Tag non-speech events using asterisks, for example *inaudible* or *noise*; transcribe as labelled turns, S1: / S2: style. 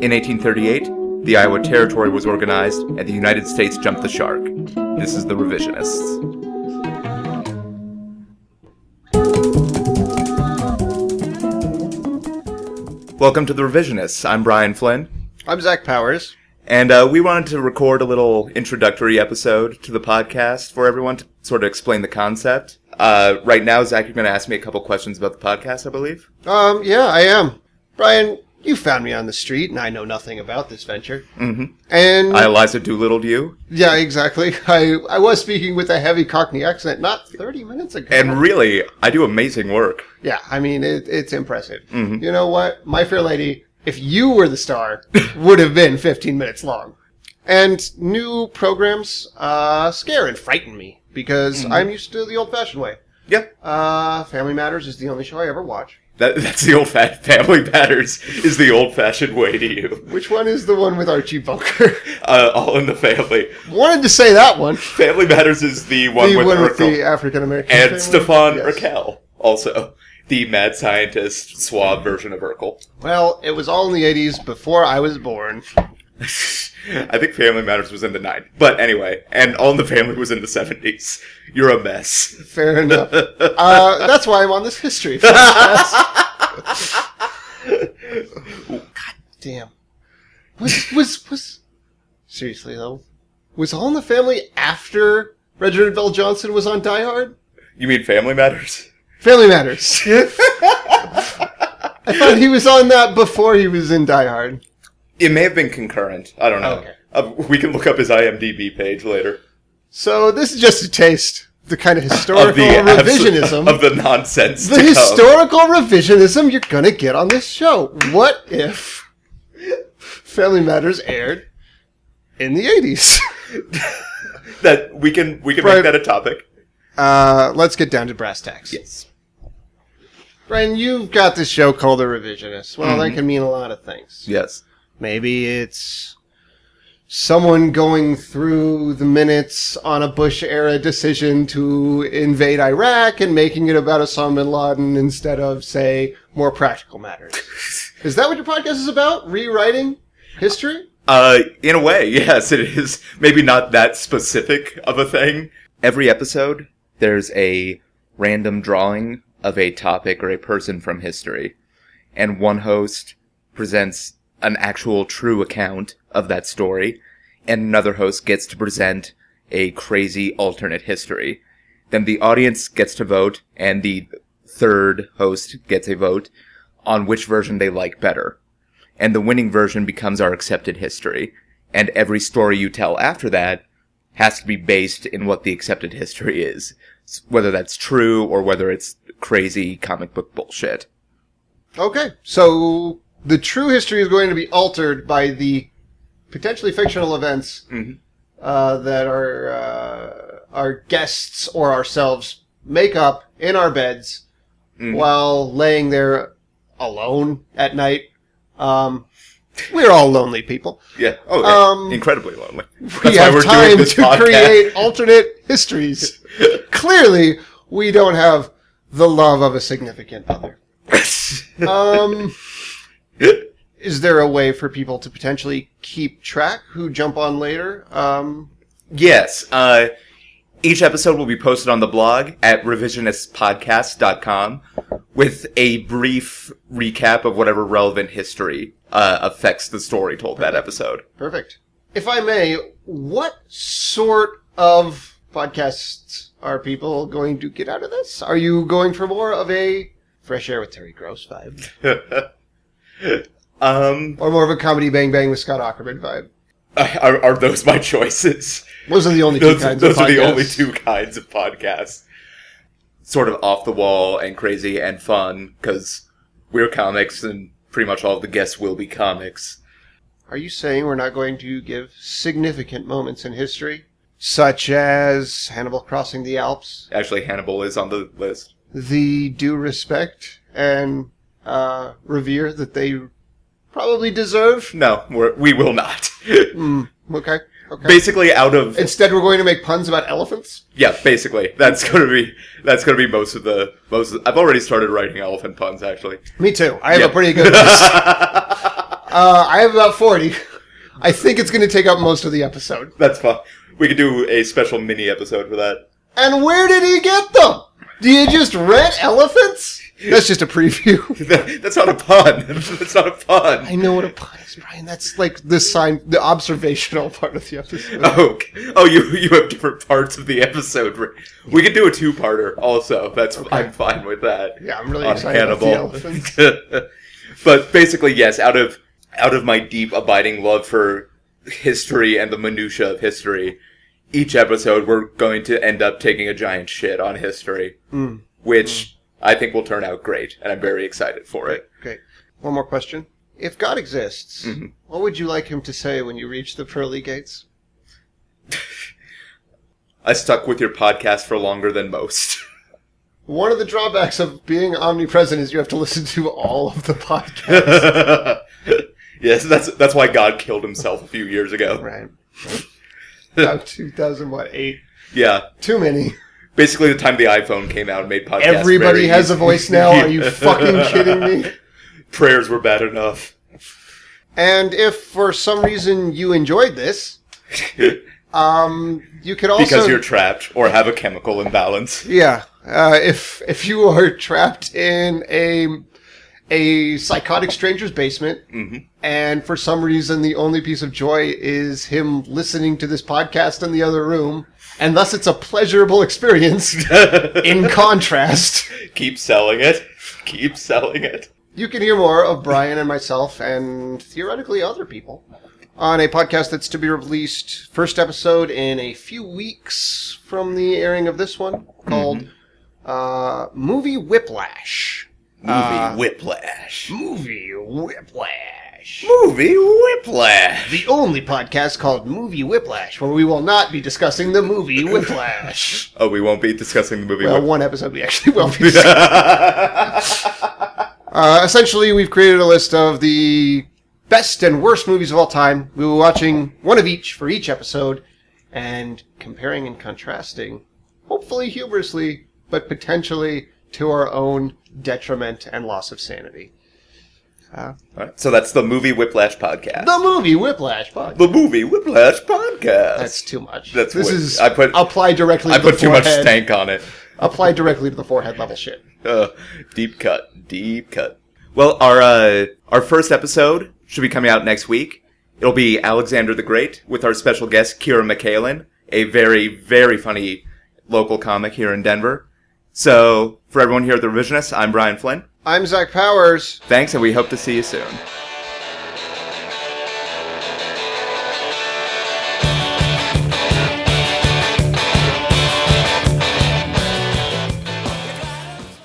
S1: In 1838, the Iowa Territory was organized and the United States jumped the shark. This is The Revisionists. Welcome to The Revisionists. I'm Brian Flynn.
S2: I'm Zach Powers.
S1: And uh, we wanted to record a little introductory episode to the podcast for everyone to sort of explain the concept. Uh, right now, Zach, you're going to ask me a couple questions about the podcast, I believe.
S2: Um, yeah, I am. Brian, you found me on the street, and I know nothing about this venture.
S1: Mhm.
S2: And
S1: I Eliza Doolittle you,
S2: yeah, exactly. *laughs* I I was speaking with a heavy Cockney accent not 30 minutes ago.
S1: and really, I do amazing work.
S2: yeah, I mean it, it's impressive.
S1: Mm-hmm.
S2: You know what, My Fair Lady, if you were
S1: *laughs*
S2: the star, would have been 15 minutes long. And new programs uh, scare and frighten me because
S1: Mm-hmm.
S2: I'm used to the old-fashioned way.
S1: Yep,
S2: Uh, Family Matters is the only show I ever watch.
S1: that, that's the old fa- family matters is the old fashioned way to
S2: *laughs*
S1: you.
S2: Which one is the one with Archie Bunker?
S1: Uh, all in the family.
S2: Wanted to say that one.
S1: Family matters is the one
S2: the
S1: with
S2: one
S1: Urkel
S2: with the African American
S1: and Stefan
S2: yes.
S1: Urkel, also the mad scientist suave version of Urkel. *laughs*
S2: Well, it was all in the '80s before I was born.
S1: I think Family Matters was in the 90s. But anyway, and All in the Family was in the 70s. You're a mess. *laughs*
S2: Fair enough. uh, that's why I'm on this history podcast. Damn. Was was was seriously though? Was All in the Family after Reginald Bell Johnson was on Die Hard?
S1: You mean Family Matters?
S2: Family Matters. *laughs* I thought he was on that before he was in Die Hard.
S1: It may have been concurrent. I don't know.
S2: Okay.
S1: Uh, we can look up his IMDb page later.
S2: So this is just a taste, the kind of historical
S1: Of the abs-
S2: revisionism,
S1: *laughs* of the nonsense.
S2: the
S1: to come.
S2: historical revisionism you're gonna get on this show. What if Family Matters aired in the '80s?
S1: that we can we can
S2: Right.
S1: make that a topic.
S2: *laughs* Uh, let's get down to brass tacks.
S1: Yes.
S2: Brian, you've got this show called The Revisionist. Well,
S1: Mm-hmm.
S2: that can mean a lot of things.
S1: Yes.
S2: Maybe it's someone going through the minutes on a Bush era decision to invade Iraq and making it about Osama bin Laden instead of, say, more practical matters. is that what your podcast is about? Rewriting history?
S1: Uh, in a way, *laughs* yes, it is. Maybe not that specific of a thing. Every episode, there's a random drawing of a topic or a person from history, and one host presents an actual true account of that story, and another host gets to present a crazy alternate history. Then the audience gets to vote, and the third host gets a vote on which version they like better and the winning version becomes our accepted history. And every story you tell after that has to be based in what the accepted history is, S- whether that's true or whether it's crazy comic book bullshit.
S2: Okay, so the true history is going to be altered by the potentially fictional events uh, that our uh, our guests or ourselves make up in our beds while laying there alone at night. Um, we're all lonely people.
S1: Yeah. Oh,
S2: Um,
S1: incredibly lonely. That's
S2: we have time to create alternate histories. Clearly, we don't have the love of a significant other. Um. is there a way for people to potentially keep track who jump on later? Um,
S1: *laughs* Yes. Uh, each episode will be posted on the blog at revisionistpodcast.com with a brief recap of whatever relevant history uh, affects the story told that episode.
S2: perfect. If I may, what sort of podcasts are people going to get out of this? Are you going for more of a fresh air with Terry Gross vibe,
S1: *laughs* um,
S2: or more of a comedy bang bang with Scott Ackerman vibe?
S1: are, are those my choices?
S2: Those are the only two
S1: Those,
S2: kinds.
S1: those
S2: of
S1: are the
S2: podcasts.
S1: only two kinds of podcasts. Sort of off the wall and crazy and fun because we're comics and pretty much all the guests will be comics.
S2: Are you saying we're not going to give significant moments in history, such as Hannibal crossing the Alps?
S1: Actually, Hannibal is on the list.
S2: the due respect and uh, revere that they probably deserve. Hmm,
S1: No, we're, we will not. *laughs*
S2: Okay. Okay.
S1: basically, out of
S2: Instead, we're going to make puns about elephants.
S1: yeah, basically that's gonna be that's gonna be most of the most. Of, I've already started writing elephant puns actually.
S2: *laughs* Me too. I have
S1: Yep. *laughs*
S2: a pretty good. list. Uh, I have about 40. I think it's going to take up most of the episode.
S1: That's fine. We could do a special mini episode for that. *laughs*
S2: And where did he get them? Do you just rent elephants? That's just a preview.
S1: That- That's not a pun. *laughs* That's not a
S2: I
S1: pun.
S2: know what a pun is, Brian. That's like the sign, the observational part of the episode. *laughs*
S1: Oh, okay. oh, you you have different parts of the episode. We could do a two-parter. Also, that's I'm fine with that.
S2: Yeah, I'm really
S1: on
S2: excited about the elephants.
S1: Hannibal. *laughs* but basically, yes, out of out of my deep abiding love for history and the minutia of history, each episode we're going to end up taking a giant shit on history,
S2: Hmm.
S1: which I think will turn out great, and I'm very excited for it.
S2: Okay. One more question. If God exists,
S1: Mm-hmm.
S2: what would you like him to say when you reach the pearly gates?
S1: I stuck with your podcast for longer than
S2: *laughs*
S1: most.
S2: One of the drawbacks of being omnipresent is you have to listen to all of
S1: *laughs*
S2: the podcast.
S1: yes, that's that's why God killed himself a few years ago. *laughs*
S2: right. About 2008.
S1: Yeah,
S2: Too many.
S1: basically the time the iPhone came out and made podcasts.
S2: Everybody
S1: very
S2: has a
S1: easy.
S2: voice now.
S1: *laughs*
S2: Are you fucking kidding me?
S1: Prayers were bad enough. *laughs*
S2: And if for some reason you enjoyed this, um, you could also
S1: because you're trapped or have a chemical imbalance. *laughs*
S2: yeah. Uh, if if you are trapped in a a psychotic stranger's basement, and for some reason the only piece of joy is him listening to this podcast in the other room, and thus it's a pleasurable experience. in contrast,
S1: Keep selling it. Keep selling it.
S2: you can hear more of Brian and myself, and theoretically other people, on a podcast that's to be released first episode in a few weeks from the airing of this one called uh, Movie Whiplash.
S1: Movie
S2: Uh,
S1: whiplash.
S2: Movie Whiplash.
S1: Movie whiplash.
S2: The only podcast called Movie Whiplash, where we will not be discussing the movie *laughs* Whiplash.
S1: Oh, we won't be discussing the movie.
S2: well,
S1: Whip-
S2: one episode we actually will be. *laughs*
S1: *laughs*
S2: Uh, essentially, we've created a list of the best and worst movies of all time. We were watching one of each for each episode and comparing and contrasting, hopefully humorously, but potentially to our own detriment and loss of sanity.
S1: All right, so that's the movie whiplash podcast.
S2: The movie Whiplash podcast.
S1: The movie whiplash podcast.
S2: That's too much.
S1: That's
S2: this
S1: what-
S2: is
S1: I put-
S2: apply directly.
S1: I
S2: to the
S1: put too much
S2: forehead.
S1: stank on it.
S2: Apply directly to the forehead level shit.
S1: Uh, deep cut, deep cut. Well, our uh, our first episode should be coming out next week. It'll be Alexander the Great with our special guest Kira McKalen, a very very funny local comic here in Denver. So for everyone here at the Revisionist, I'm Brian Flynn.
S2: I'm Zach Powers.
S1: Thanks, and we hope to see you soon.